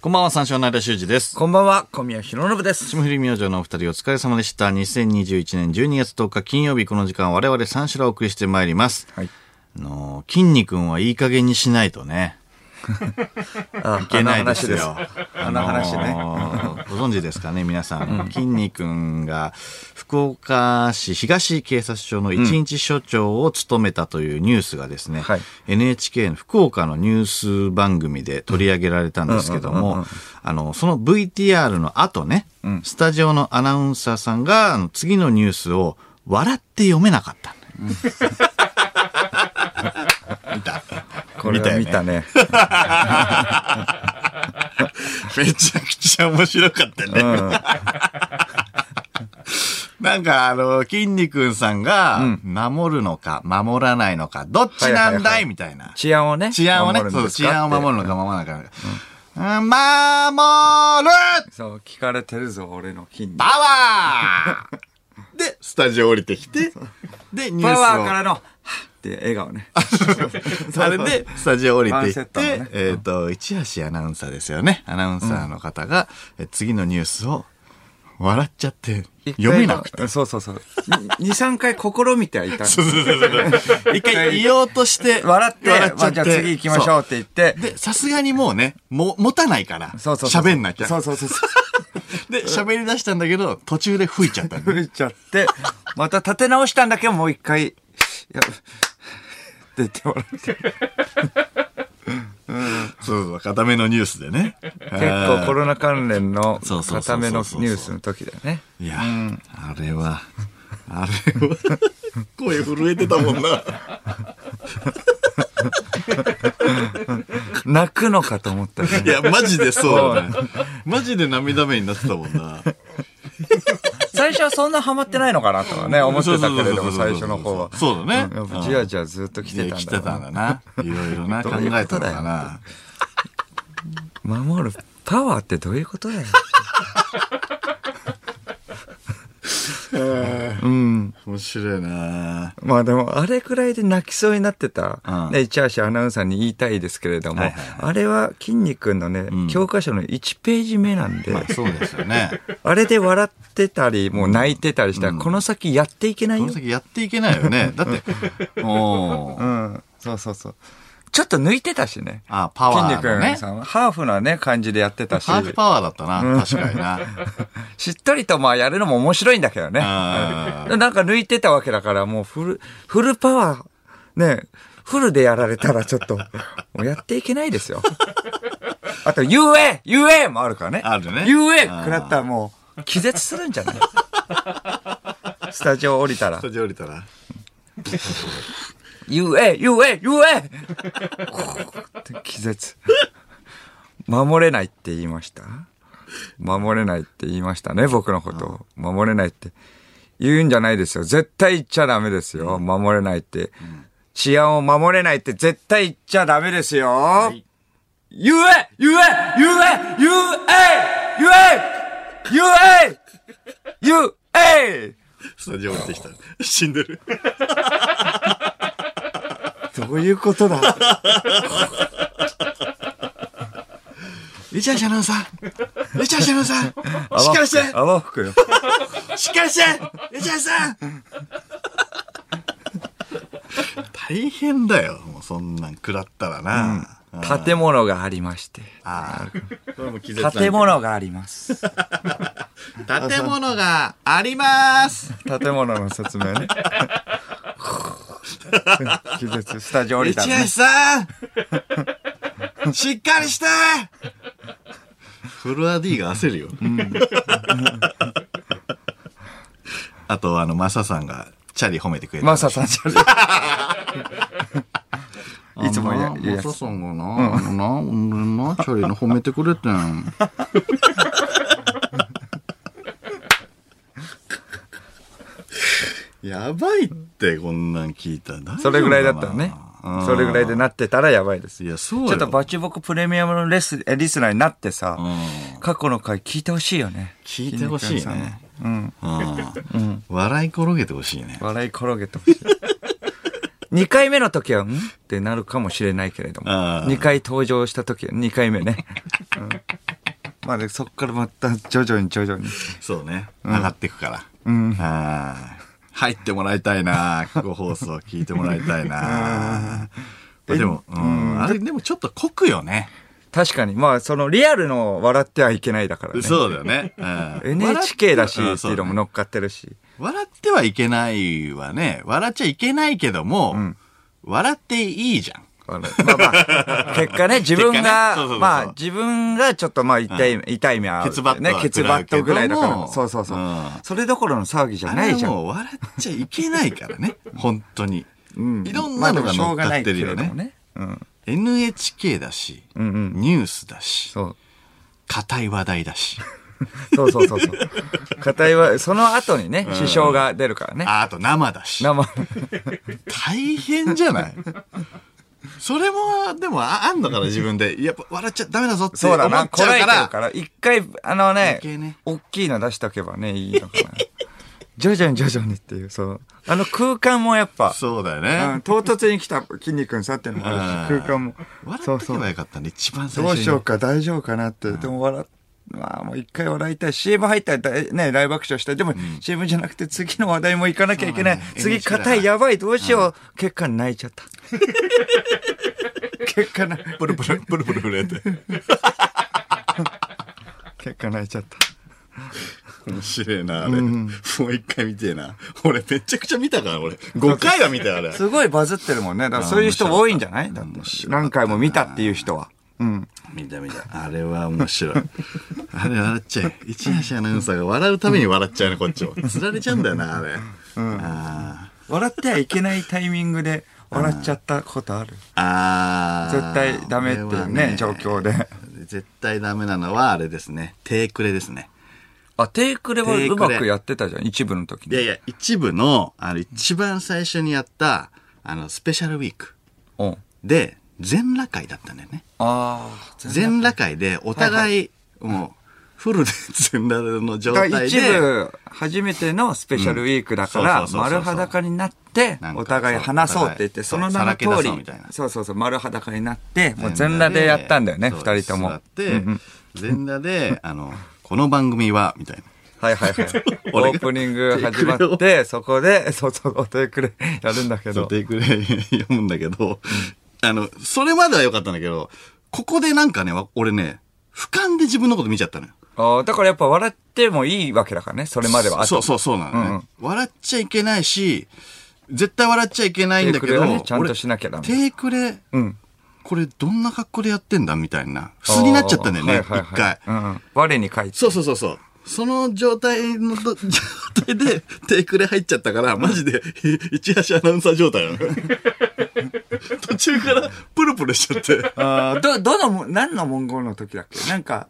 こんばんは、三四郎の間修二です。こんばんは、小宮浩信です。霜降り明星のお二人お疲れ様でした。2021年12月10日金曜日この時間我々三四郎をお送りしてまいります。はい。あのー、筋肉はいい加減にしないとね、あ、いいけないですよ。あの話ね。ね。ご存知ですかね、皆さん。筋肉が福岡市東警察署の一日署長を務めたというニュースがですね、はい NHK の福岡のニュース番組で取り上げられたんですけども、あの、その VTR の後ね、スタジオのアナウンサーさんがあの次のニュースを笑って読めなかったのよ。見たこれは見たね。 めちゃくちゃ面白かったね。 なんか、あの、筋肉さんが、守るのか、守らないのか、どっちなはいはんいはだいいみたいな。治安をね。治安をね、守るんそう、です治か安を守るのってか、守らないのか。うん守るそう、聞かれてるぞ、俺の筋肉。パワー で、スタジオ降りてきて、で、ニュパースを。ワーからの、はっって笑顔ね。 それで、スタジオ降りていっワンセッて、トのねえっ、と、一橋アナウンサーですよね。アナウンサーの方が、え次のニュースを笑っちゃって、読めなくて。て。そうそうそう。2、3回試みてはいたんですそうそうそうそう一回言おうとして、笑って、笑っちまゃあって。じゃあ次行きましょうって言ってそう。で、さすがにもうね、も、持たないから、そうそうそう。喋んなきゃ。そうそうそうそう。で、喋り出したんだけど、途中で吹いちゃったのね、触れちゃって、また立て直したんだけど、もう一回、いや、って言ってもらって。結そうそう、固めのニュースでね。構コロナ関連のそうそうそうそう固めのニュースの時だよね。いや、あれは、あれは、 声震えてたもんな。泣くのかと思ったよねいや、マジでそうだね。マジで涙目になってたもん な。 最初はそんなハマってないのかなとはね、思ってたけれども、そうそうそうそう最初の方は。そうだねんやっぱじわじわずっと来てたん来だてろたうんだなな。いろいろ な、ど考ういうえこたとのだよかな。守るパワーってどういうことだよ。うん。面白いなまあでも、あれくらいで泣きそうになってうたん、ね、市橋アナウンサーに言いたいですけれども、はいはいはあれは筋肉のね、教科書の1ページ目なんで、まあ、そうですよ ね。あれで笑ってたり、もう泣いてたりしたら、この先やっていけないこよの。先やっていけないよね。だ って、おうーん。そうそうそう。ちょっと抜いてたしね。あ、パワー筋だね肉。さんはハーフなね、感じでやってたし、ハーフパワーだったな。確かにな。 しっとりとまあやるのも面白いんだけどね。あーなんか抜いてたわけだから、もうフル、フルパワー、ね、フルでやられたらちょっと、もうやっていけないです よ。あと、UA! UA! もあるからね。あるね UA! 食らったらもう、気絶するんじゃ ないスタジオ降りたらス。タジオ降りたら。 UA! UA! UA! って気絶。守れないって言いました守れないって言いましたね、僕のことを。守れないって言うんじゃないですよ。絶対言っちゃダメですよ。守れないって。治安を守れないって絶対言っちゃダメですよ。い UA! UA! UA! UA! UA! UA! UA! スタジオ降りてきた。死んでる。どういうことだリチャーシャナウンサー。リチャーシャナウンサー。しっかりして泡吹くよ。しっかりしてリチャーさん大変だよ。もうそんなん食らったらな。建物がありまして。ああ。これも気絶なんだ建物があります。建物があります建物の説明ね。 気絶、スタジオ降りリたチら、ャーね。さんしっかりしてフロア D が焦るよ。あと、あの、マサさんがチャリ褒めてくれた。マサさんじゃいつもあやのな言うやつマサさんがな、あのな、俺な、チャリの褒めてくれてん。 やばいって、こんなん聞いたら。それぐらいだったのねうん。それぐらいでなってたらやばいです。いちや、そうよょっとバチボコプレミアムのレスえリスナーになってさ、うん過去の回聞いてほしいよね。聞いてほしいね。うん。うん笑い転げてほしいね。笑い転げて ほしい。2回目の時は、んってなるかもしれないけれども。あー2回登場した時、2回目ね。まあね、そっからまた徐々に徐々に。そうね。上がっていくから。はい入ってもらいたいな。過去放送聞いてもらいたいな。まあでも、うん。あれ、でもちょっと濃くよね。確かに、まあそのリアルの笑ってはいけないだからね。そうだよね。うん NHK だし笑っっていうのも乗っかってるし。笑ってはいけないはね、笑っちゃいけないけども、笑っていいじゃん。あのまあ まあ、結果ね、自分結果ねがそうそうそうそ、うまあ自分がちょっとまあ痛い、痛い目は、ケツバットはね、ケツバットぐらいだか食らうけどら。もそうそうそううん。それどころの騒ぎじゃあなれいはじゃん。もう笑っちゃいけないから ね。本当に。うんいろんなのが乗っかってるよまあでもしょうがないけれどもね。ね。うん。 NHK だし、うんうんニュースだし、そう。硬い話題だし。そうそうそ うそう。硬いは、その後にね、支障が出るからね。ああと生だし。 生、大変じゃないそれも、でもあ、あんのから自分 で。やっぱ笑っちゃダメだぞってそ思うっちゃだうな、こらえてかるら。から、一回、あの余ね計ね、大きいの出しとけばね、いいのかな。 徐々に徐々にっていう、そう。あの空間もやっぱ、そうだようねん。唐突に来た筋肉にさっていうのもあるし、うん空間も。笑っとけばよかったね、一番最ど初うにね。しようか、大丈夫かなって。でも笑っ、まあもう一回笑いたい。CM 入ったら大、ね、大爆笑したい。でも CM じゃなくて次の話題も行かなきゃいけないそうなん。だよ次 NHK 硬い、やばい、どうしよう。結果泣いちゃった。結果な、プルプル、プルプル震えて。結果泣いちゃった。面白いな、あれ。もう一回見てえな。俺めちゃくちゃ見たから、俺。5回は見たよ、あれ。すごいバズってるもんね。だからそういう人多いんじゃないだって面白かった何回も見たっていう人は。うん。見た見た。あれは面白い。 あれ笑っちゃう。一橋アナウンサーが笑うために笑っちゃうね、こっちも。釣られちゃうんだよな、あれ。あ笑ってはいけないタイミングで笑っちゃったことある。ーあー。絶対ダメっていうね、状況で。絶対ダメなのはあれですね。低クレですね。あ、テイクレはテイうクレまくやってたじゃん、一部の時いやに。いや、一部の、あの、一番最初にやった、あの、スペシャルウィークうん。で、全裸会だったんだよね。ああ、全裸会で、お互い、もう、フルで 全裸の状態で、一部、初めてのスペシャルウィークだから、うんそうそうそうそう丸裸になってなん、かお互い話そうって言って、そそうおの互い名のさらけ通出そうみりたいな、そうそうそう、丸裸になって、もう全裸でやったんだよね、そう二人とも。座はっいて、全裸で、あの、この番組は、みたいな。はいはい。オ 俺がープニング始まって、そこで、 そうそう、お手くれやるんだけそうど。テイクで読むんだけど、あの、それまでは良かったんだけど、ここでなんかね、わ俺ね、俯瞰で自分のこと見ちゃったのよ。あーだからやっぱ笑ってもいいわけだからね、それまでは。そうそうそうなのね、うんうん笑っちゃいけないし、絶対笑っちゃいけないんだけテイど、クレはねちゃんとしなきゃダメ俺テイクレ、うん。これどんな格好でやってんだみたいな。普通になっちゃったんだよね、あ一、ーはいはいはい回。うん。我に返って。そうそうそうそう。その状態のど状態 でテイクレ入っちゃったから、マジで、い一橋アナウンサー状態なの。途中からプルプルしちゃって。あーど、どのも、何の文言の時だっけなんか、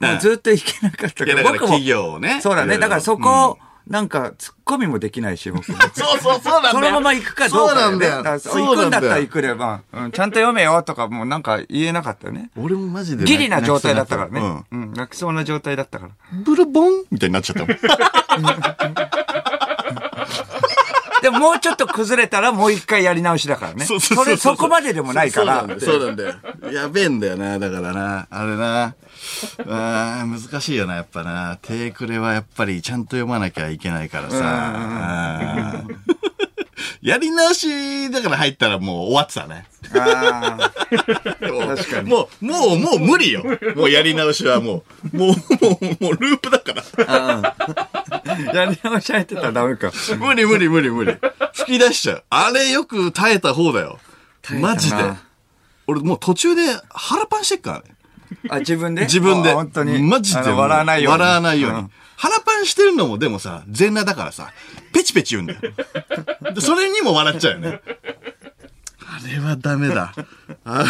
もううんずっといけなかったいやだから企業をねそうだいろいね。ろだからそこ、なんか、突っ込みもできない し、僕。そそうそうそうなんだよ。のまま行くかどうかそうなんねだだからよ。そう行くんだったら行く。くれば、うんちゃんと読めよとか、もうなんか言えなかったよね。俺もマジで。ギリな状態だったからうねん。うん、泣きそうな状態だったから。ブルボンみたいになっちゃ ったもん。でももうちょっと崩れたらもう一回やり直し だからね。ううそううれ、そこまででもないから。そうそうなんだよ。そうなんだよやべえんだよな、だからな。あれな。あー難しいよな、やっぱな。テイクレはやっぱりちゃんと読まなきゃいけないからさ。あーやり直しだから入ったらもう終わってたね。あー確かに。もう、もう、もう無理よ。もうやり直しはもう、もう、もう、もうループだから。やり直し入ってたらダメか。 無理無理無理無理。吹き出しちゃう。あれよく耐えた方だよ。マジで。俺もう途中で腹パンしてっからね。あ、自分で自分で。あ本当に。マジであのもう。笑わないように。笑わないように。ん腹パンしてるのもでもさ、全裸だからさ、ペチペチ言うんだ よ。でそれにも笑っちゃうよね。あれはダメだ。 あ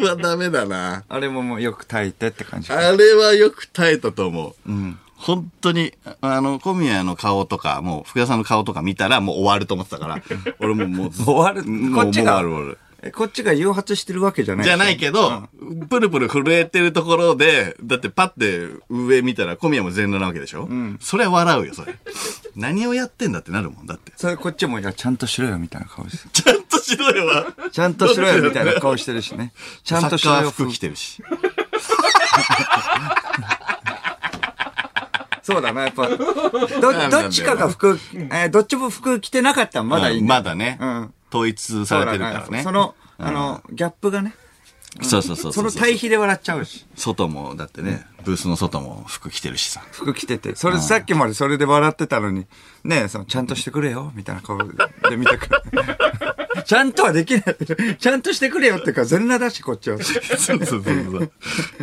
れはダメだな。あれももうよく炊いてって感じ。あれはよく耐えたと思う。本当に、ああの、小宮の顔とか、もう福田さんの顔とか見たらもう終わると思ってた から、俺ももう、終わるもうこっちがもう終わる終わる。えこっちが誘発してるわけじゃない。じゃないけど、プルプル震えてるところで、だってパッて上見たら小宮も全裸なわけでしょ、それは笑うよ、それ。何をやってんだってなるもん、だって。それこっちも、いや、ちゃんとしろよみたいな顔 してちゃんとしろよは。ちゃんとしろよみたいな顔してるしね。ちゃんとしろサッカーよ服着てるし。そうだな、や っぱ。ど、どっちかが服、えーどっちも服着てなかったらまだいいうんんだよ。まだね、うん統一されてるからね。そうだなその、あの、ギャップがね、そうそうそうそそうの対比で笑っちゃうし。外も、だってね、ブースの外も服着てるしさ。服着てて。それ、さっきまでそれで笑ってたのに、ねえ、その、ちゃんとしてくれよ、みたいな顔で見て くる。ちゃんとはできない。ちゃんとしてくれよっていうか、全裸だし、こっちは。 そうそうそう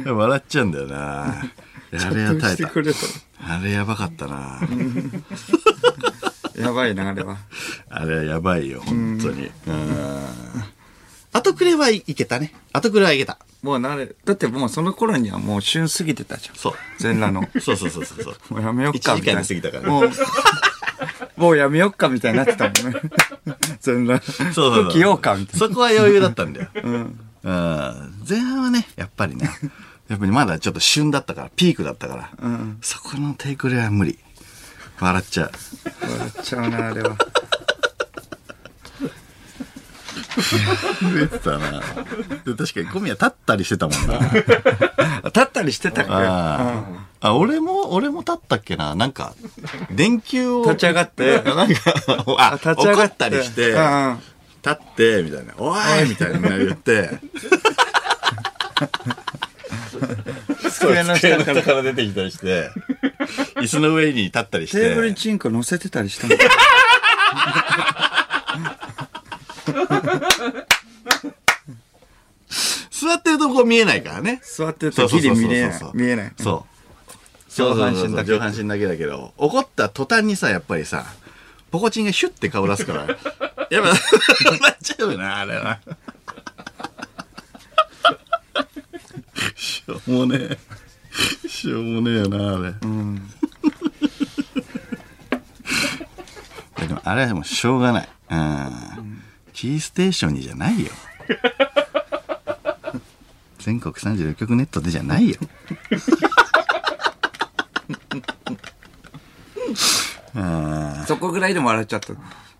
そう。笑っちゃうんだよな。 あれは耐えしてた。くれよあれやばかったな。やばいな、あれは。あれはやばいよ、本当に。うん。後くれはいけたね。後くれはいけた。もうなれ、だってもうその頃にはもう旬過ぎてたじゃん。そう。全 裸の。そうそうそうそうそう。もうやめよっか、みたいな。 1時間過ぎたからもう、もうや めよっか、みたいになってたもんね。 全裸。そうそうそう服着ようか、みたいそこは余裕だったんだよ。うん。前半はね、やっぱりね、やっぱりまだちょっと旬だったから、ピークだったから、そこのテイクレは無理。笑っちゃう。な。笑っちゃうな、あれは。震えてたな。で確かに小宮立ったりしてたもんな。立ったりしてたから。ああ、俺も、俺も立ったっけな。なんか、電球を。立ち上がってなんか、あ、立立ちち上上ががっったてりして、うんうん立って、みたいな、おーいみたいな言って、机の 下から。から出てきたりして、椅子の上に立ったりして。テーブルにチンコ乗せてたりしたの。 座ってるとこ見えないからね。座ってるとギリ見えない。見えない。そう。上半身だけ上半身だけだけど、怒った途端にさ、やっぱりさ、ポコチンがシュッて顔出すから、 やっぱ、笑っちゃうよな、あれは。しょうもねえ。しょうもねえよな、あれ。でもあれはもうしょうがない。うん。キーステーションにじゃないよ。全国36局ネットでじゃないよ。そこぐらいでも笑っちゃった。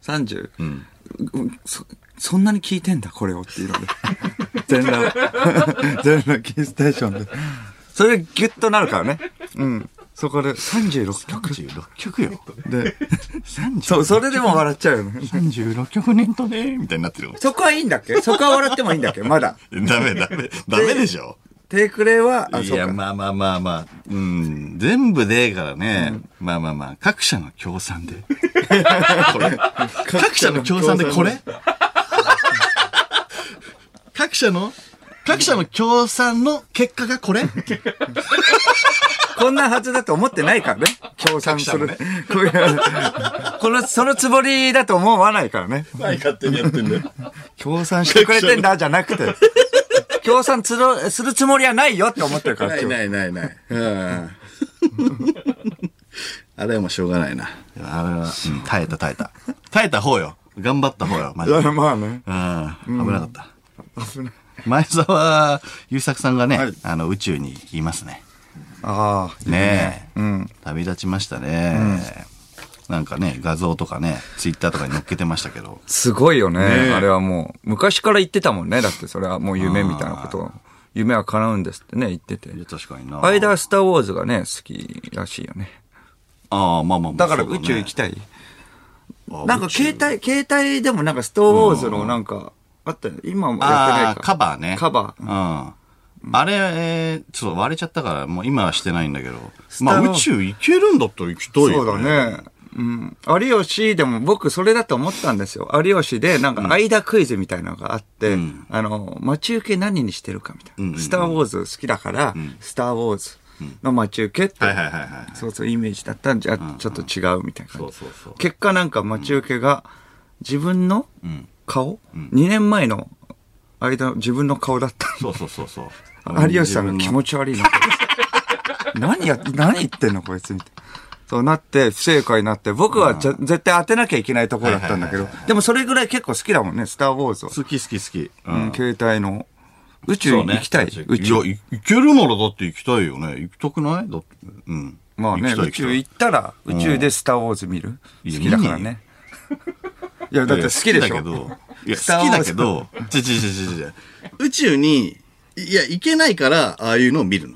30。うんそ、そんなに聞いてんだ、これをっていうので。 全裸、 全裸キーステーションで。それギュッとなるからね。うん。そこで36曲。 36曲よ。で、 36そう、それでも笑っちゃうよね。 36曲ネットねみたいになってるもん。そこはいいんだっけそこは笑ってもいいんだっけまだ。ダメダメ、ダメでしょテイクレイは、あ、いそうや、か。まあまあまあまあ、うん、全部でからね、まあまあまあ、各社の協賛で。これ各社の協賛でこれ各社の各社の協賛の結果がこ れこんなはずだと思ってないからね。協賛する。各社 こういうこの、そのつもりだと思わないからね。何勝手にやってんだよ。協賛してくれてん だじゃなくて、協賛つろするつもりはないよって思ってるから、ない今日ないないない。うん。あれはもうしょうがないな。あれは、うん耐えた耐えた。耐えた方よ。頑張った方よ、マジで。いやまあね。うん、危なかった。前澤優作さんがね、あの宇宙にいますね。ああ。ねえ、旅立ちましたね、なんかね、画像とかね、ツイッターとかに載っけてましたけど。すごいよねえあれはもう、昔から言ってたもんね。だってそれはもう夢みたいなことを。夢は叶うんですってね、言ってて。いや確かにな。間はスターウォーズがね、好きらしいよね。ああ、まあまあまあだから宇宙行ききたい。あなんか携帯、携帯でもなんかスターウォーズのなんか、あったよね今もやってなあいあか。ー、カバーね。カバー。ー。うん。あれ、えーちょっと割れちゃったから、もう今はしてないんだけど。スまタあー宇宙行けるんだったら行きたいよ、ね。そうだね。うん。有吉でも僕それだと思ったんですよ。有吉でなんか間クイズみたいなのがあって、んあの、待ち受け何にしてるかみたいな。うんうんうんスターウォーズ好きだから、スターウォーズの待ち受けって、はいはいはいはい。そうそうイメージだったんじゃ、ちょっと違うみたいなそ感じ。うそうそう。結果なんか待ち受けが自分のうん。顔、?2 年前の間、自分の顔だった。そうそうそうそう。有吉さんが気持ち悪いな。こいつ何や、何言ってんのこいつみたいな。そうなって、不正解になって、僕はちゃ絶対当てなきゃいけないところだったんだけはど、でもそれぐらい結構好きだもんね、スター・ウォーズは。好き好き好き。ううん、携帯の。宇宙そうね行きたい。宇いや、宙。い行けるならだって行きたいよね。行きたくないだって。うん。まあね、行宇きたい宙行き行ったら、宇宙でスター・ウォーズ見る。い好やきだからね。いや、ただっいて好きでいしや好きだけょ。ど。いや、スター好きだけど、ちょちょちょちょちょ宇宙に、いや、行けないから、ああいうのを見るの。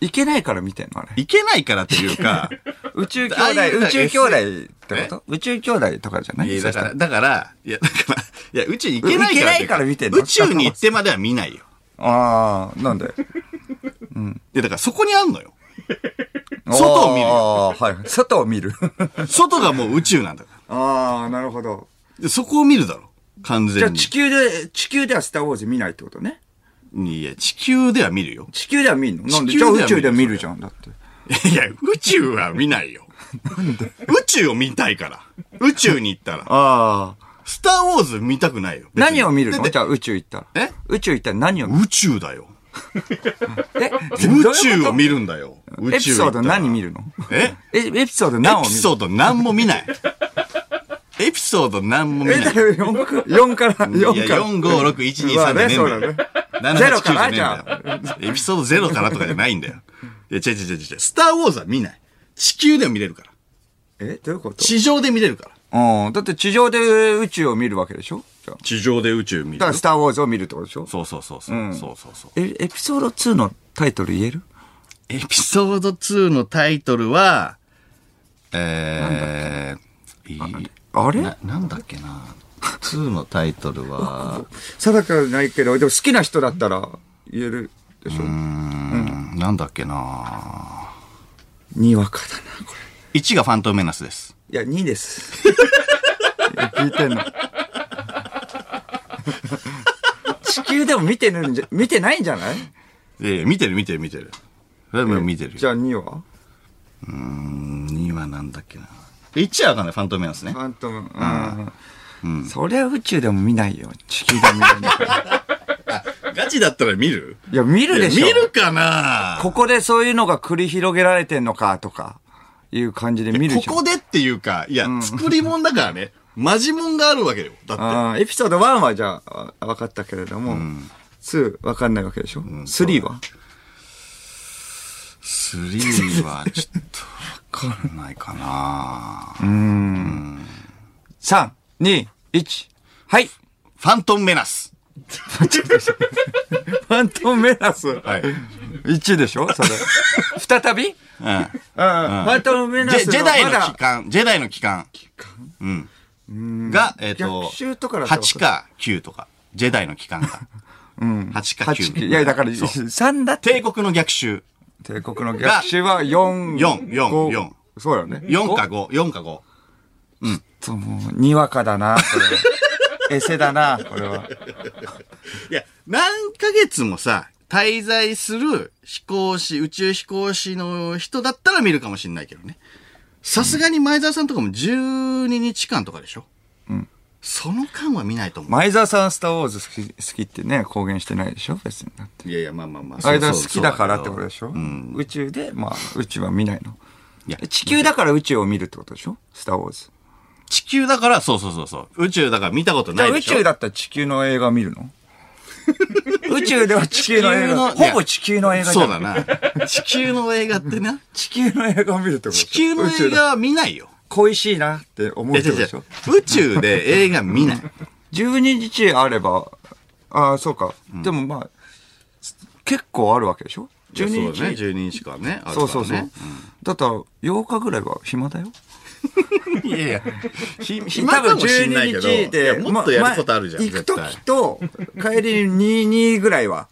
いけないから見てんのあれ。いけないからっていう か、宇宙兄ああいう弟、宇宙兄弟ってえこと宇宙兄弟とかじゃないいやだそかしたら、だから、いや、だから、いや、宇宙に行けないからってう。行けないから見てんの宇宙に行ってまでは見ないよ。ああ、なんでいや、だからそこにあんのよ。外を見るよあーはい。外を見る。外がもう宇宙なんだか ああ、なるほど。ら。でそこを見るだろ。完じゃあ全に地。球で、地球ではスターウォーズ見ないってことね。いや、地球では見るよ。地球では見んのなんで地球じでゃあは宇宙では見るじゃん。だって。いや、宇宙は見ないよ。宇宙を見たいから。宇宙に行ったら。ああ。スターウォーズ見たくないよ。別に何を見るのだってじゃあ宇宙行ったら。え宇宙行ったら何を見る宇宙だよ。え宇宙をる見るんだよ。宇宙エピソード何見るるのええ、エピソードエ何をピ見るソード何も見ない。エピソード何も見え、なだい。から4、四から、いや、 4から。 4、5、6、1、2、まあ3でねねえんだよ。ゼ7、8、ロから9じゃねえんだよ。エピソードゼロからとかじゃないんだよ。いや、違う違う違う違う。スターウォーズは見ない。地球でも見れるから。え、どういうこと地上で見れるから。うん。だって地上で宇宙を見るわけでしょじゃあ地上で宇宙見だからスターウォーズを見るってことでしょそうそうそうそう。んそうそうそう。え、エピソード2のタイトル言えるエピソード2のタイトルは、えー、いあれな、なんだっけな。2のタイトルは、定かじゃないけど、でも好きな人だったら言えるでしうょん、なんだっけな。にわかだな、こ1がファントムメナスです。れ。いや、2です。いや聞いてんの。地球でも見てるんじゃ、見てないんじゃないええ、見てる見てる見てる。それはもう見てるよ。じゃあ2は2はなんだっけな。1はわかんない、ファントムメナスねフ。ァントム。うん。そりゃ宇宙でも見ないよ。地球でも見ないんだから。ガチだったら見るいや、見るでしょ。見るかなここでそういうのが繰り広げられてんのかとか、いう感じで見るじゃん。ここでっていうか、いや、作り物だからね。マジもんがあるわけよ。だって。あーエピソード1はじゃあ、あ分かったけれども、2分かんないわけでしょ、?3 は3はちょっとわかんないかな ?3、2、1。は いファントムメナス。ファントムメナス。はい。うん。 1でしょそれ。 再びうん。ファントムメナジスェのジェダイのまだ期間、ジェダイの期間。うん。が、えっ、と逆襲とかだ、ったら8か9とか。ジェダイの期間が。うん。8か八9。いや、だから、そう3だって。帝国の逆襲。帝国の逆襲は4、四四五四そうよね。 4か5、4か5。と、もう、にわかだな、これは。 エセだな、これは。いや、何ヶ月もさ、滞在する飛行士、宇宙飛行士の人だったら見るかもしんないけどね。さすがに前澤さんとかも12日間とかでしょうん。その間は見ないと思う。前澤さん、スターウォーズ好き好きってね、公言してないでしょ別に。だっていやいや、まあまあまあ。間そう好そきうそうだからってことでしょ、うん。宇宙で、まあ、宇宙は見ないの。いや、地球だから宇宙を見るってことでしょスター・ウォーズ。地球だから、そうそうそうそう。宇宙だから見たことじなゃあいで宇しょ宙だったら地球の映画見るの 宇宙では地球の地映画。球のほぼ地球の映画じそゃうんだ。な。地球の映画って な。地球の映画を見るってこと地球の宇宙映だ画は見ないよ。恋しいなって思いうやって違こうと違でしょう。宇宙で映画見ない。 ?12 日あれば、ああ、そうか。でもまあ、結構あるわけでしょそう ?12 だね。日。 12日間ね。あるからねそうそうそう。だったら、8日ぐらいは暇だよ。いやいや、ひ多暇分かもしんないけど、 12日で、いやもっとやることあるじゃん、まま絶行対く。時と、帰りに22ぐらいは、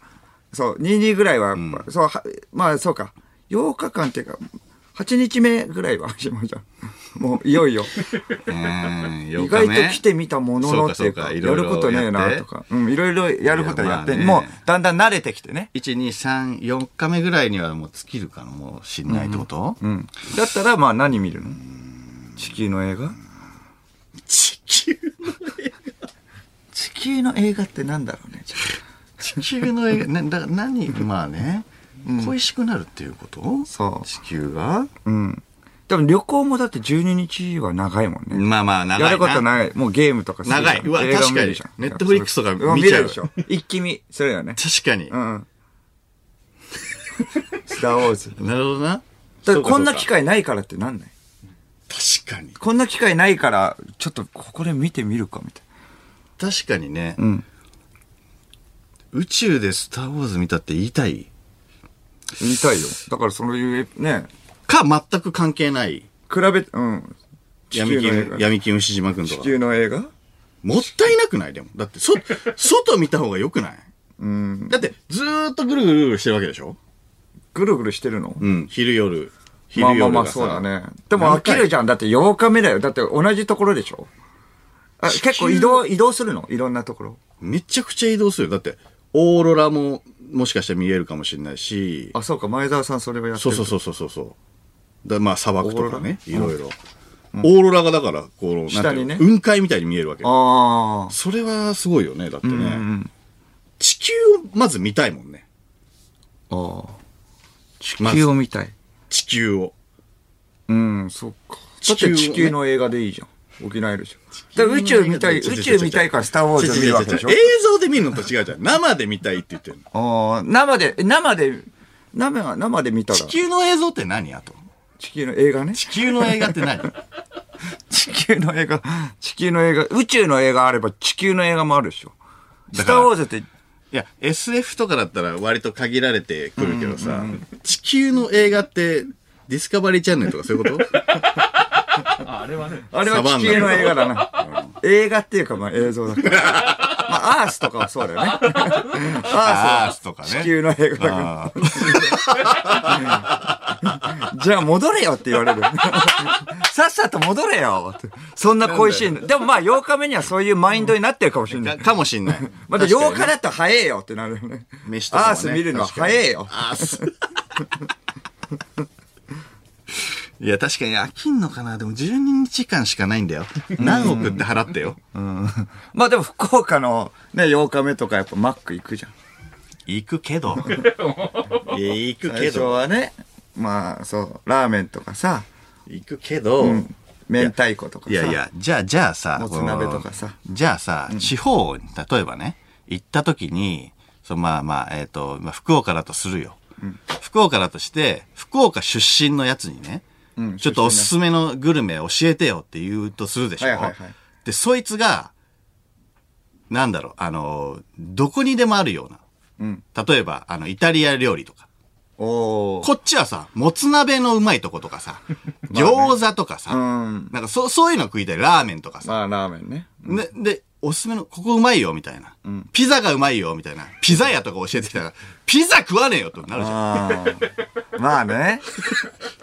そう、22ぐらいは、そう、はまあそうか、8日間っていうか、8日目ぐらいは、 しまじゃんもういよいよ、意外と来てみたもののっていうか、そうかそうかいやろいろることねえやっなてとか、うん、いろいろやることはやって、いやまあもうねだんだん慣れてきてね。 1、2、3、4日目ぐらいにはもう尽きるかもしんないってこと、うん。だったら、まあ何見るの地球の映画地球、地球の映画ってなんだろうね、じゃあ地球の映画、な だから何、まあね、恋しくなるっていうことそう地球がうん。多分旅行もだって12日は長いもんね。まあまあ、長いな。やることない。もうゲームとかするじゃん長いうわ映画見るじゃん確かに Netflix とか見ちゃう見るでしょ。一気見する よね。確かに。うん。スター・ウォーズ。なるほどな。だってこんな機会。会ないからってなんない確かに。こんな機会ないから、ちょっとここで見てみるかみたい確かにね、な。うん。宇宙でスター・ウォーズ見たって言いたい言いたいよ。だからそういう、ね、か、全く関係ない。比べ、うん。地闇球の映金、画。闇金牛島くんと地か。球の映画もったいなくないでも。だって、そ、 外見た方が良くないうん。だって、ずーっとぐるぐるぐるぐるしてるわけでしょぐるぐるしてるのうん。昼夜。昼まあ夜まあまあ、がさそうだ。ね。でも何飽き回るじゃん。だって8日目だよ。だって同じところでしょあ結構移動、移動するのいろんなところ。めちゃくちゃ移動するよ。だって、オーロラも、もしかしたら見えるかもしれないし。あ、そうか、前澤さんそれはやってそうる。そうそうそうそうそう。だまあ、砂漠とかね。オいーロろいろ。オーロラがだから、こう、下なんていうにねの雲海みたいに見えるわけ。ああ。それはすごいよね。だってうんうね。ん。地球をまず見たいもんね。ああ。地まず球を見たい。地球を。うん、そっか。だ地って球をね地球の映画でいいじゃん。沖縄いるじゃん。だから宇宙見たい、ちょちょ宇ちょ宙見たいからスターウォー違うズ見違う違るうわけでしょ映像で見るのと違うじゃん。生で見たいって言ってるの。ああ、生で、生で、生、生で見たら、地球の映像って何あと。地球の映画ね。地球の映画って何 地球の映画、地球の映画、宇宙の映画あれば地球の映画もあるでしょ。だスかタらーウォーズって、いや、SF とかだったら割と限られてくるけどさ、地球の映画って、ディスカバリーチャンネルとかそういうこ とああれはね。あれは地球の映画だな。映画っていうかまあ映像だから。 まあ、アースとかはそうだよね。アースはアースとかね地球の映画だあから。じゃあ戻れよって言われる。さっさと戻れよってそんな恋しいの。でもまあ8日目にはそういうマインドになってるかもしれかない。かもしんない。 まだ8確か日だったら早えよってなるよね。に飯とかもねアース見るのは早えよ。アース。 いや、確かに飽きんのかな。でも12日間しかないんだよ。何億って払ってよ。まあでも福岡のね、8日目とかやっぱマック行くじゃん。行くけ ど。いや行く最け初ど。はね、まあそう、ラーメンとかさ、行くけど。うん明太子とかさ。いやいや、じゃあ、じゃあさ、もつ鍋とかさこのじゃあさ、地方に、例えばね、行った時に、そのまあまあ、えっ、と、まあ、福岡だとするよ、福岡だとして、福岡出身のやつにね、うんちょっとおすすめのグルメ教えてよって言うとするでしょ。はいはいはいで、そいつが、なんだろう、あの、どこにでもあるような。うん。例えば、あの、イタリア料理とか。おー。こっちはさ、もつ鍋のうまいとことか さ、餃子とかさ、うん。なんかそ、そういうの食いたい。ラーメンとかさ。まあ、ラーメンね。で、で、おすすめの、ここうまいよ、みたいな。ピザがうまいよ、みたいな。ピザ屋とか教えてきたら、ピザ食わねえよ、となるじゃん。ああ。 まあね。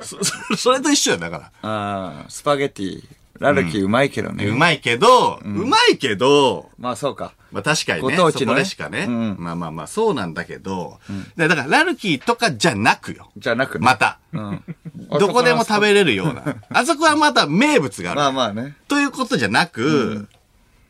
そ、 そそれと一緒よ、だかああ、スパゲティ、ラルキうまいけどね。ら。うまいけど、うまいけど、まあそうか。まあ確かにごね、当そ地このでねしかね。うんまあまあまあ、そうなんだけど、でだから、ラルキーとかじゃなくよ。じゃなくね。また。うん。どこでも食べれるような。あそこはまた名物がある。まあまあね。ということじゃなく、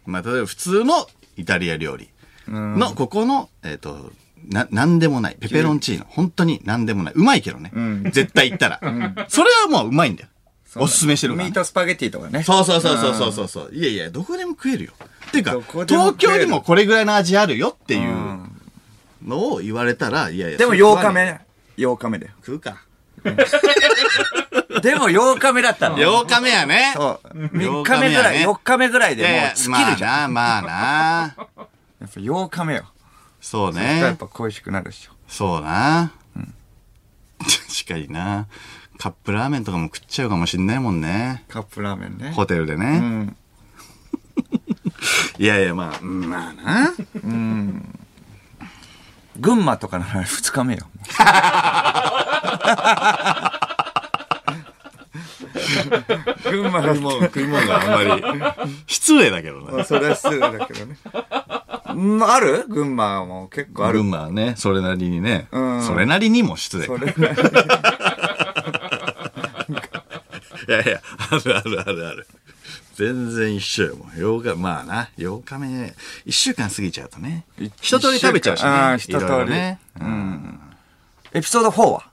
まあ、例えば普通のイタリア料理うん。の、ここの、えっ、と、な、なんでもない。ペペロンチーノ。本当になんでもない。うまいけどね。うん絶対行ったら、それはもううまいんだよ。おすすめしてるかミらートスパゲティとかね。そうそうそうそうそうそう。ういやいや、どこでも食えるよ。っていうかど、こでも東食える。京にもこれぐらいの味あるよっていううんのを言われたら、いやいや。でもそれ食8わねえ日よ。目。8日目だよ。食うか。でも8日目だったの。 8日目やね。そう。 8 3日目ぐらい、4日目ぐらいでもう尽きるじゃん。ん。まあな、まあな。やっぱ8日目よ。そうね。やっぱ恋しくなるでしょ。そうな。確かにな。カップラーメンとかも食っちゃうかもしんないもんね。カップラーメンね。ホテルでうね。ん。いやいや、まあ、うんまあな。群馬とかなら2日目よ。群馬食いの物、食い 物があんまり。 失礼だけどな。それは失礼だけどね。うんある群馬も結構ある。群馬はね、それなりにね。うんそれなりにも失礼。いそれやいや、あるあるあるある。全然一緒よ、もう。8日、まあな、8日目、1週間過ぎちゃうとね。一通り食べちゃうしね。ああ、一通いろいろり。ね。エピソード4は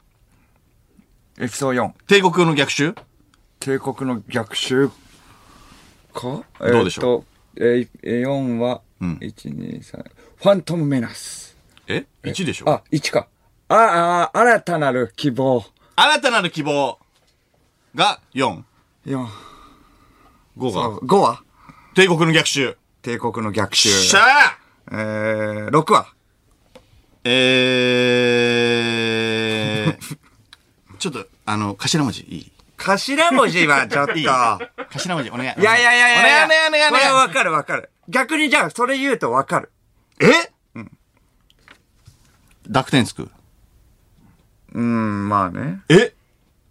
エピソード4。帝国の逆襲帝国の逆襲かどうでしょう、えーとえー、4は、ん1、2、3、ファントムメナス。え ?1 でしょあ、1か。ああ、新たなる希望。新たなる希望が4。 4。 5が5は帝国の逆襲。帝国の逆襲。しゃあえー、6はえー、 ちょっと、あの、頭文字いい頭文字はちょっと。いや頭文字お願い。いやいやいやお願いお願いおこれは願いわかるわかる。逆にじゃあ、それ言うとわかる。お願い。え濁点つく。うーん、まあね。え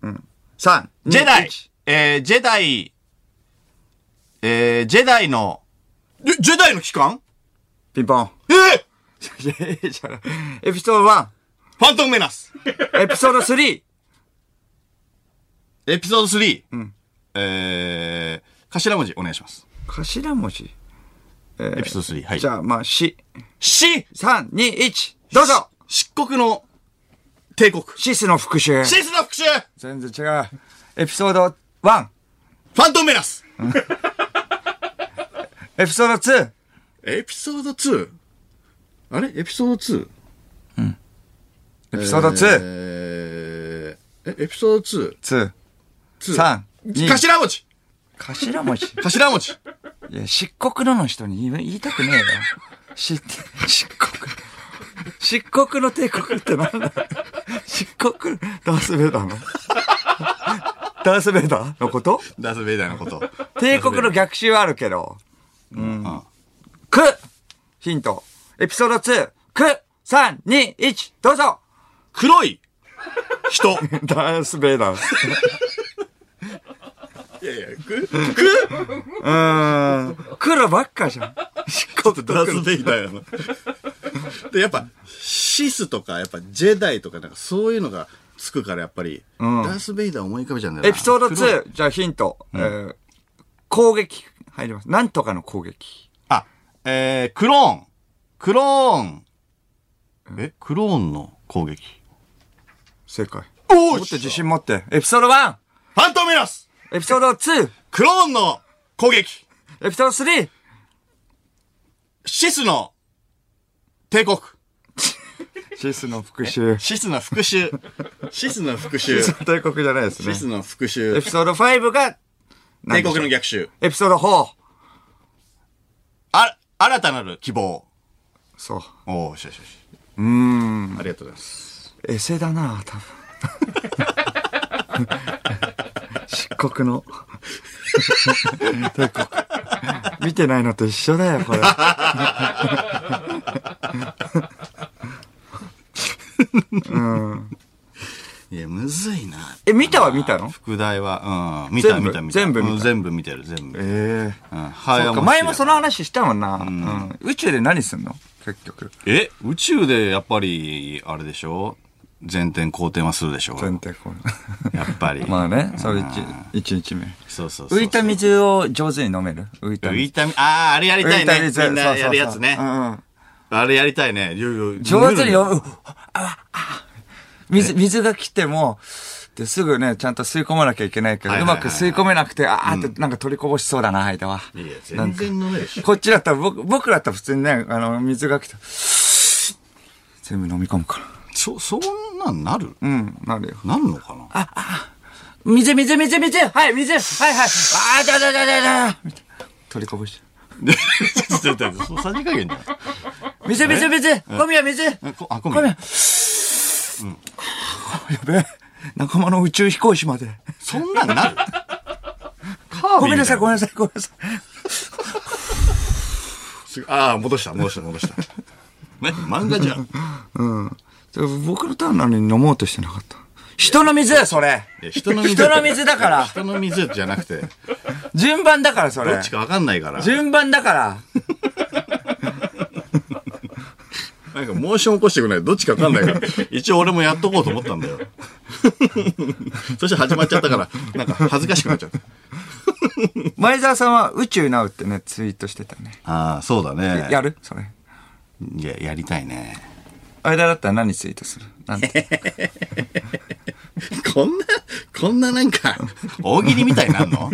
3、ジェダ2イ。えー、ジェダイ、えー、ジェダイの、えジェダイの期間ピンポン。 えー、いやいやじゃあエピソーフドァントムメナス1、エピソード3、エピソード3、うん、えー、頭文字お願いします。頭文字。エピソード3、はい。じゃあ、まあ、し、し、 3、2、1、どうぞ漆黒の帝国。シスの復讐。シスの復讐フ全然違う。エピソード1、ァントムメナスエピソード2、エピソード 2? あれエピソード 2? エピソード2、えー、え、エピソード 2? 2、 2 3、2、頭文字頭文字。頭文字いや、漆黒のの人に言い言いたくねえよ。知って、漆黒。漆黒の帝国ってなんだ漆黒、ダースベイダーのダースベイダーのことダース・ベイダーのこと。帝国の逆襲はあるけど。あくヒント。エピソード2、く、3、2、1、どうぞ黒い人。ダースベイダー。いやいや、くうーん。黒ばっかじゃん。漆黒とダース・ベイダーやな。 で、やっぱ、シスとか、やっぱ、ジェダイとか、なんかそういうのがつくから、やっぱり、ダース・ベイダー思い浮かべちゃうんだよな。エピソード黒い。 2、じゃあヒント。えー攻撃入ります。なんとかの攻撃。あ、えー、クローン。クローン。え、クローンの攻撃。正解。おもっと自信持って。エピソード 1! ファントムメラスエピソード 2! クローンの攻撃エピソード 3! シスの帝国シスの復讐。シスの復讐 シスの復讐シスの帝国じゃないですシスね。の復エ讐ピソード5が、帝国なんでしょのう逆襲エピソード 4! あ、新たなる希望そう。おおよしよしよし。うーん。ありがとうございます。エセだな 多分。漆黒の。帝国。見てないのと一緒だよ、こ れ。いや、むずいな。え、見たは見たの副題は、うん。見た全部見た見た。全部見たうん全部見てる、全部。うんええはいそうか、前もその。話したもんな。うん宇宙で何すんの結局。え、宇宙でやっぱり、あれでしょ前転後転はするでしょ前提こやっぱり。う。 まあね、それ一一日目。そうそうそう。浮いた水を上手に飲める浮いた浮水。いたみ、ああ、あれやりたいね。みんなやるやつねそう。そうそううんうんあれやりたいね。いやいや上手に飲飲む。うわああ水、水が来ても、ですぐね、ちゃんと吸い込まなきゃいけないけど、はいうはいまはいく吸い込めなくて、あーってなんか取りこぼしそうだな、間は。めるいや、全然飲めるでしょ。こっちだったら、僕、僕だったら普通にね、あの、水が来た。全部飲み込むかそ、そんなんなるら。うん、なるよ。なるのかなあ、水、水、水、水はい、水はい、はいあー、だだだだだみたいな取りこぼし。 ちょっと待って、そうさじ加減じゃん。水、水、水ゴミは水えこあ、ごゴめミんは。。やべえ。仲間の宇宙飛行士まで。そんなんなる ごめんなさい、ごめんなさい、ごめんなさい。すああ、戻した、戻した、戻した。 何漫画じゃん。僕のターンなのに飲もうとしてなかった。人の水それいや人の水。人の水だから人の水じゃなくて、順番だからそどれっちかわかんないから。順番だからなんかモーション起こしてくれない。どっちかわかんない から。一応俺もやっとこうと思ったんだよ。そして始まっちゃったから、なんか恥ずかしくなっちゃった。前澤さんは宇宙なうってね、ツイートしてたね。ああ、そうだね。やるそれ。いや、やりたいね。間だったら何ツイートするなんて。こんな、こんななんか、大喜利みたいになんの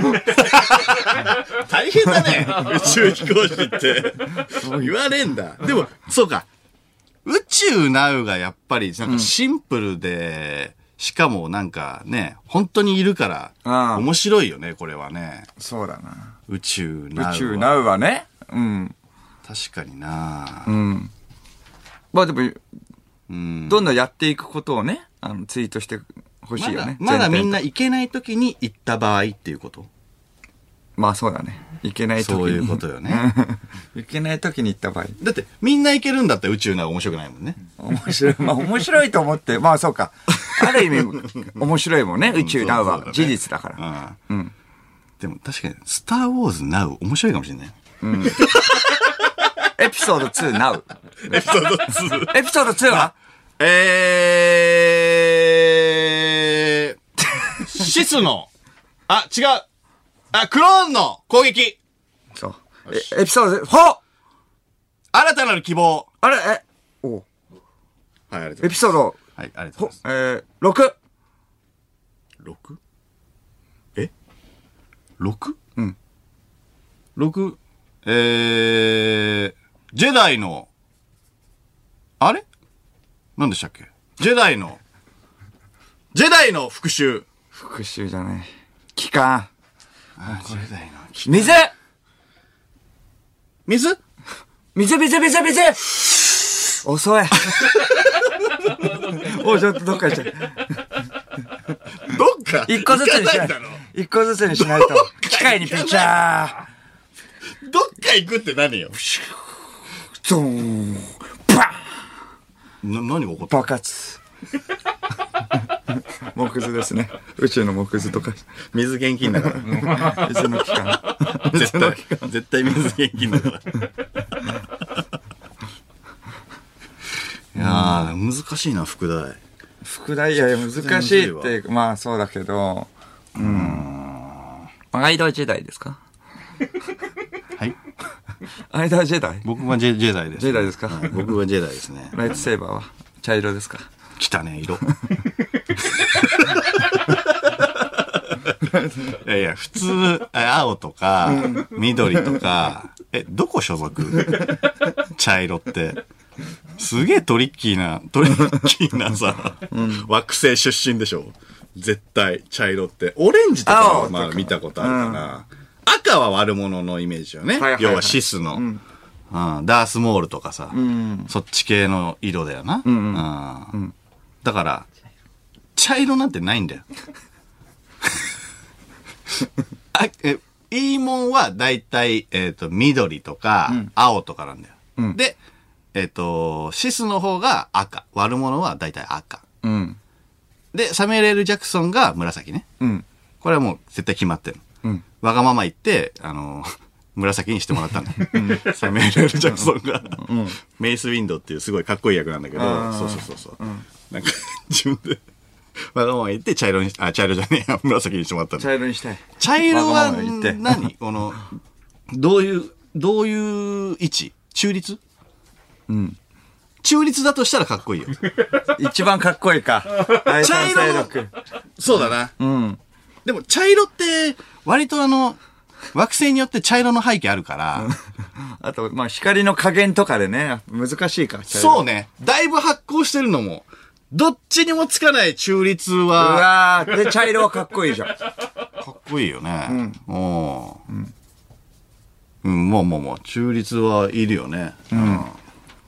大変だね。宇宙飛行士って。言われんだ。でも、そうか。宇宙なうがやっぱり、なんかシンプルで、しかもなんかね、本当にいるかあら、あ面白いよね、これはね。そうだな。宇宙なうは。宇宙なうはね。うん。確かにな、うん。まあでも、うんどんどんやっていくことをね、あの、ツイートして欲しいよね。まだまだ全体みんな行けない時に行った場合っていうことまあそうだね。いけない時に。そういうことよね。 いけない時に行った場合。だってみんな行けるんだったら宇宙なら面白くないもんね。面白い。まあ面白いと思って、 まあそうか。ある意味、面白いもんね。宇宙ナそウうそうはだね事実だから。うん。でも確かに、スターウォーズナウ面白いかもしれない。エピソード2ナウ。エピソード2。エピソード2はえ ー、シスの、あ、違う。あ、クローンの攻撃。そう。えエピソード 4! 新たなる希望。あれえ、おうはい、ありがとエピソード、はい、ありがとうほございえー、6! ます。6? え ?6? うん。 6、えー、ジェダイの、あれ何でしたっけジェダイの、ジェダイの復讐。復讐じゃない。期間。あ、ジェダイの。水水水水水水 遅い。おう、ちょっとどっか行っちゃう。どっか一個ずつに行しかななだいいろ。。一個ずつにしないと。機械にピッチャー。どっか行くって何よ。ゾーン。バな、何が起こっーン爆発。 木図ですね。宇宙の木図とか。水現金だから。水の期間。絶対、絶対水現金だから。いやー、難しいな、副題。副題、いやいや難しいっていうか、まあそうだけど。うん。間時代ですかはい。間時代僕はジェジェダイです。ジェダイですかはい僕はジェダイです ね。ライトセーバーは茶色ですか来たね、 色。いやいや、普通、え青とか、緑とか、え、どこ所属茶色って。すげえトリッキーな、トリッキーなさ、惑星出身でしょ絶対、茶色って。オレンジとか青はとまあ見たことあるかな。赤は悪者のイメージよね。はいはいはい要はシスの、うんダースモールとかさ、そっち系の色だよな。うんだから、茶色なんてない んだよ。あえいいもんは大体、えっ、と、緑とか、青とかなんだよ。で、えっ、と、シスの方が赤。悪者は大体赤。うん。で、サミュエル・ L ジャクソンが紫ね。うん。これはもう絶対決まってる。んわがまま言って、あの、 紫にしてもらったんだよ。サミュエル・ L ジャクソンが、メイス・ウィンドウっていうすごいかっこいい役なんだけど、そうそうそうそう。なんか、 自分で、わがまま言って茶色にし、あ、茶色じゃねえや、紫にしてもらったんだ茶色にしたい。茶色わはがまま言って何この、どういう、どういう位置中立うん。中立だとしたらかっこいい よ。一番かっこいい か。第三勢力。そうだな。うん。でも茶色って、割とあの、惑星によって茶色の背景あるから、あと、まあ光の加減とかでね、難しいか。茶色そうね。だいぶ発光してるのも、どっちにもつかない中立うは、わー、で、茶色はかっこいいじゃん。 かっこいいよね。うん。おーうん、まあまあまあ、中立はいるよね。うん。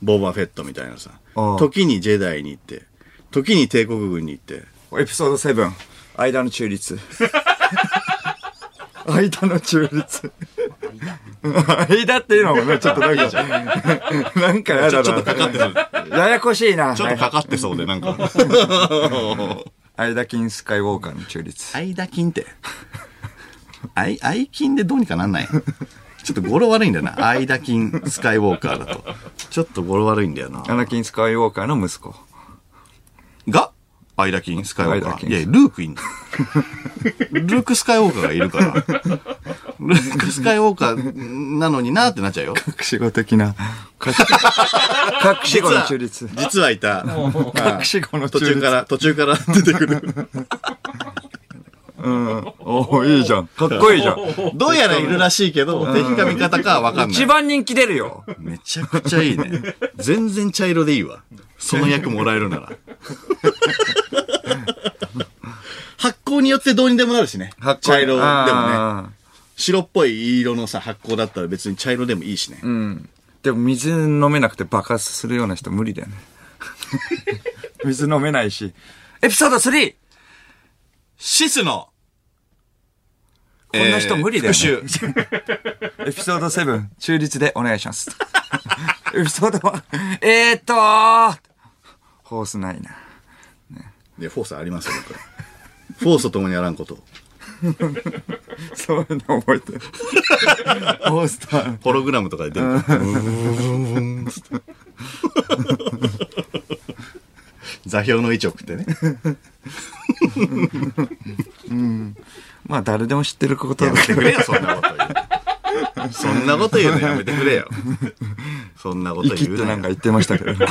ボーバーフェットみたいなさ。ああ時にジェダイに行って、時に帝国軍に行って。エピソード7、間の 中立。間の中立。 間っていうのもね、ちょっ となんか、なんかやだな。ややこしいな。ちょっとかかってそうで、 なんか。間金スカイウォーカーの中立。間金って。あい、愛金でどうにかなんないちょっと語呂悪いんだよな。間金、スカイウォーカーだと。ちょっと語呂悪いんだよな。アナキンスカイウォーカーの息子。が、アイラキン・スカイウォーカアイラキー。ンいや、ルークいんのルーク・スカイウォーカーがいるから。ルーク・スカイウォーカーなのになってなっちゃうよ。隠し子的な。隠し隠し子の中立。実はいた。隠し子の途中中立。から、途中から出てくる。おおいいじゃん。かっこいいじゃん。どうやらいるらしいけど、敵か味方かはわかんな一い。番人気出るよ。めちゃくちゃいいね。全然茶色でいいわ。その役もらえるなら。発酵によってどうにでもなるしね。茶色でもね。あー白っぽい色のさ、発酵だったら別に茶色でもいいしね。うん。でも水飲めなくて爆発する ような人無理だよね。水飲めないし。エピソード 3! シスの、こんな人無理だよねえー復讐。エピソード7、中立でお願いします。エピソード1、えーっとー、ホースないな。で、フォースありますよ、これ。フォースと共にあらんこと。そういうの覚えてる。ホースとは、ホログラムとかで出るから。座標の位置を送ってね。まあ誰でも知ってることやだめけてどく、れよ、 そんなこと言う。そんなこと言うのやめてくれよ。そんなこと生き言っうてななよんか言ってま したけどね。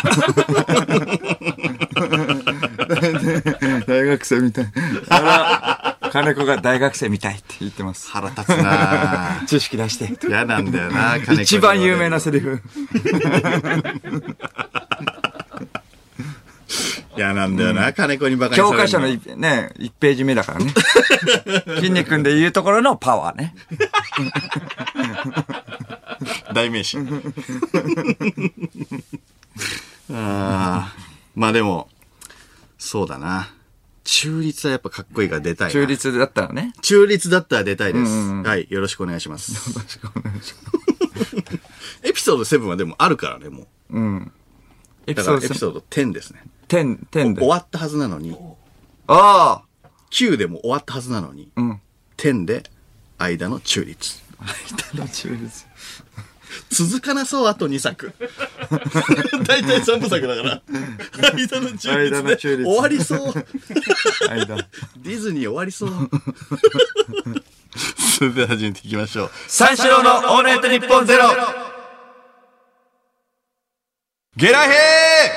大学生みたい。あら、金子が大学生みたいって言ってます。腹立つなぁ知識出して。 嫌なんだよな金子一番有名なセリフ。嫌なんだよな、金子にバカにされ教る科書の一ね、一ページ目だ からね。筋肉で言うところのパワーね。代名詞 あーまあでもそうだな中立はやっぱかっこいいから出たいな中立だったらね。中立だったら出たいです、うんうんうんはいよろしくお願いします エピソード7はでもあるからねもううん。エピだかソらーエドピ10、ソード10ですね10で終。わったはずなのにあ9でも終わったはずなのにあ。うん。 10で間の中立間の中立。続かなそうあと2作 大体3部作だから間の中立間の中で立終わりそう間。ディズニー終わりそう それでは始めていきましょう三四郎のオールナイトニッポンゼロゲラヘ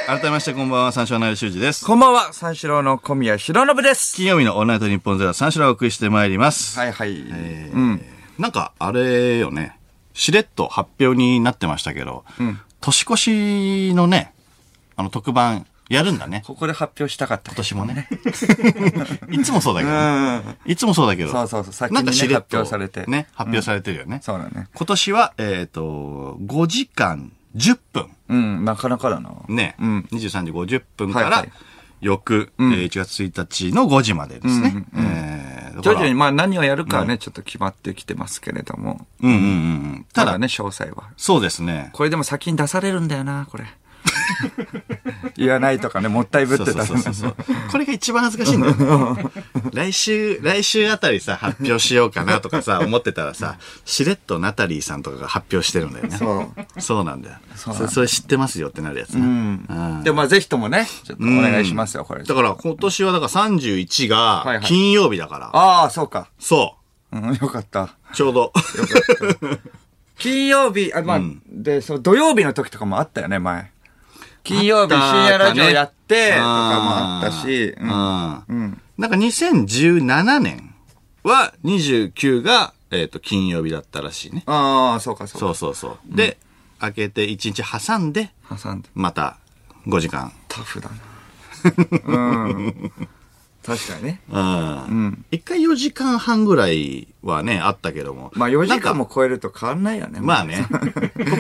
ー改めましてこんばんは三四郎の成修二ですこんばんは、三四郎の小宮浩信です。金曜日のオールナイト日本ゼロ三四郎をお送りしてまいります、はいはい。えーなんかあれよねしれっと発表になってましたけど、年越しのねあの特番やるんだねここで発表したかった。今年も ねいつもそうだけどね、うん。いつもそうだけど。そうそうそう先にねなんかしれっと発表されてね、発表されてるよね。そうだね。今年は、えっ、と、5時間10分。うん、なかなかだな。ね。うん23時50分から、はいはい翌、えー1月1日の5時までですね。えー徐々だに、。からまあ何をやるかはね、ちょっと決まってきてますけれども。うんうんうんうん。たただ、だね、詳細は。そうですね。これでも先に出されるんだよな、これ。 言わないとかね、もったいぶっそうてそうたそうそうそう。これが一番恥ずかしいんだよ。 来週、来週あたりさ、発表しようかなとかさ、思ってたらさ、しれっとナタリーさんとかが発表してるんだよね。そそうなんだよ。そそうなんだれそれ知ってますよってなるやつな。うんんで、まあぜひともね、ちょっとお願いしますよ、これ。だから今年はだから31はいがはい金曜日だから。ああ、そうか。そうん、よかった。う。ちょうど。金曜日、あ、まあ、うんで、その土曜日の時とかもあったよね、前。金曜日あった深夜ラジオやって、とかもああーったし、う。うんん。うんなんか2017年は29が、えっと金曜日だったらしいね。ああ、そうか、そうそか。うそうそう。で、明けて1日挟んで、挟んで。また5時間。タフだな。うん。確かにね。うん。一回4時間半ぐらいはね、あったけども。まあ4時なん間かも超えると変わんないよね。まあね。こ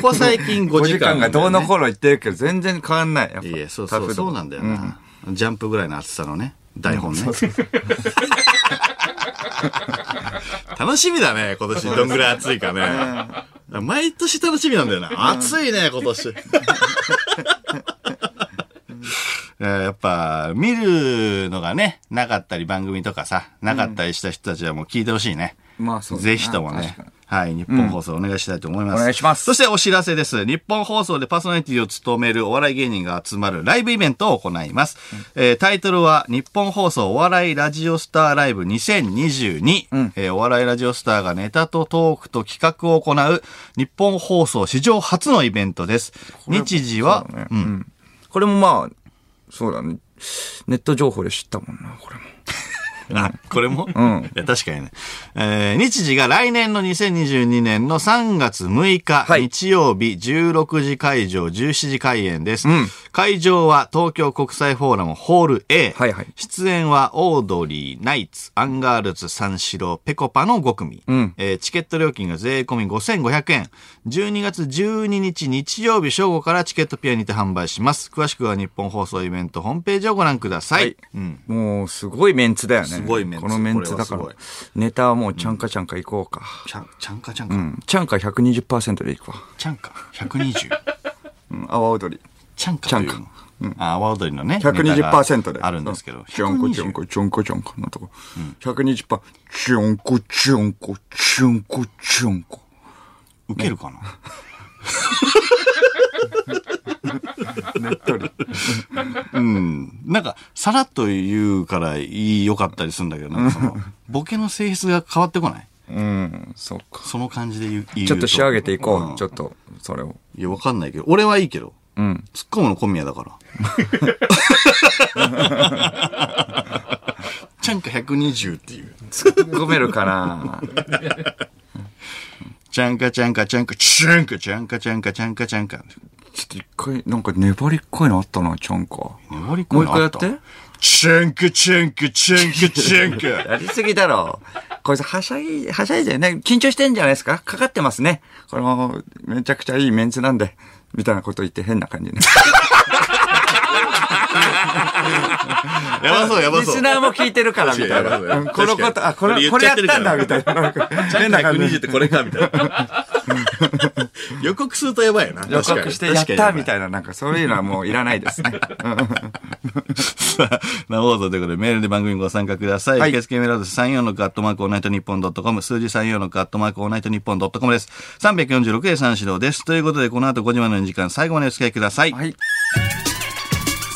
こ最近5 5時間な時間がんだどようねの頃言ってるけど、全然変わんない。やっぱいや、そうタそフう、だそうなんだよな。ジャンプぐらいの厚さのね、台本ね。 楽しみだね、今年。どんぐらい暑いかね。毎年楽しみなんだよな。暑いね、今 年。えーやっぱ、見るのがね、なかったり、番組とかさ、なかったりした人たちはもう聞いてほしいね。まあそうだなぜひともね確かに。はい、日本放送お願いしたいと思います。お願いしますそしてお知らせです。日本放送でパーソナリティを務めるお笑い芸人が集まるライブイベントを行います。えータイトルは、日本放送お笑いラジオスターライブ2022。えーお笑いラジオスターがネタとトークと企画を行う、日本放送史上初のイベントです。日時は、そうだねうん。これもまあ、そうだね。ネット情報で知ったもんな、これも。あ、これも、んいや、確かにね。えー日時が来年の2022年の3月6日、はい日曜日16時会場、17時開演です。会場は東京国際フォーラムホール A。はいはい出演はオードリー、ナイツ、アンガールズ、三四郎、ペコパの5組。んえーチケット料金が税込み5500円。12月12日日曜日正午からチケットピアにて販売します。詳しくは日本放送イベントホームページをご覧ください。はいうん。もうすごいメンツだよね。すごいメンツこのメンツだからこれは、ネタはもうちゃんかちゃんかいこうか。ちゃん、ちゃんかちゃんうか。ん。ちゃんか120%でいくわ。ちゃんか。120。うん。阿波踊り。ちゃんかというの。ちゃんあ、阿波踊りのね。 120%で。あるんですけど。ちょんこちょんこちょんこちょんこのとこ。120%。ちょんこちょんこちょんこちょんこ。受けるかな、ねっとり。うん。なんか、さらっと言うからいい、良かったりするんだけど、なんかその、ボケの性質が変わってこないうん、そうか。その感じで言う言うちょっと仕上げていこう。ちょっっと、それを。と。いや、わかんないけど、俺はいいけど。うん。突っ込むの小宮だから。ちゃんか120っていう。ごめるかなちゃんかちゃんかちゃんか、ちゃんかちゃんかちゃんかちゃんかちゃんか。ちょっと一回、なんか粘りっこいのあったな、ちゃんか。もう一もう一回やって。ちゃんかちゃんかちゃんかちゃ んか。やりすぎだろ。こいつ、はしゃい、はしゃいでね、緊張してんじゃないですかかかってますね。これも、めちゃくちゃいいメンツなんで、みたいなこと言って変な感じね。やばそうやばリそうス。ナーも聞いてるから、みた確いかな。にやばいうんこのこと、あ、これ、こ確れやかっにたんだ、みたいな。なんか変な感120じっ。てこれかみたいな。予告するとやばいよな。 予告して、やった、みいたいな、なんかそういうのはもういらないですね。な。なおうぞということで、メールで番組にご参加ください。はい受付メールアドレス34のカットマークオールナイトニッポンドットコム、数字34のカットマークオールナイトニッポンドットコムです。346円三四郎です。ということで、この後5時までの時間、最後までお付き合いください。はい。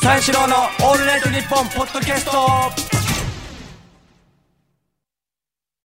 三四郎の「オールナイトニッポン」ポッドキャスト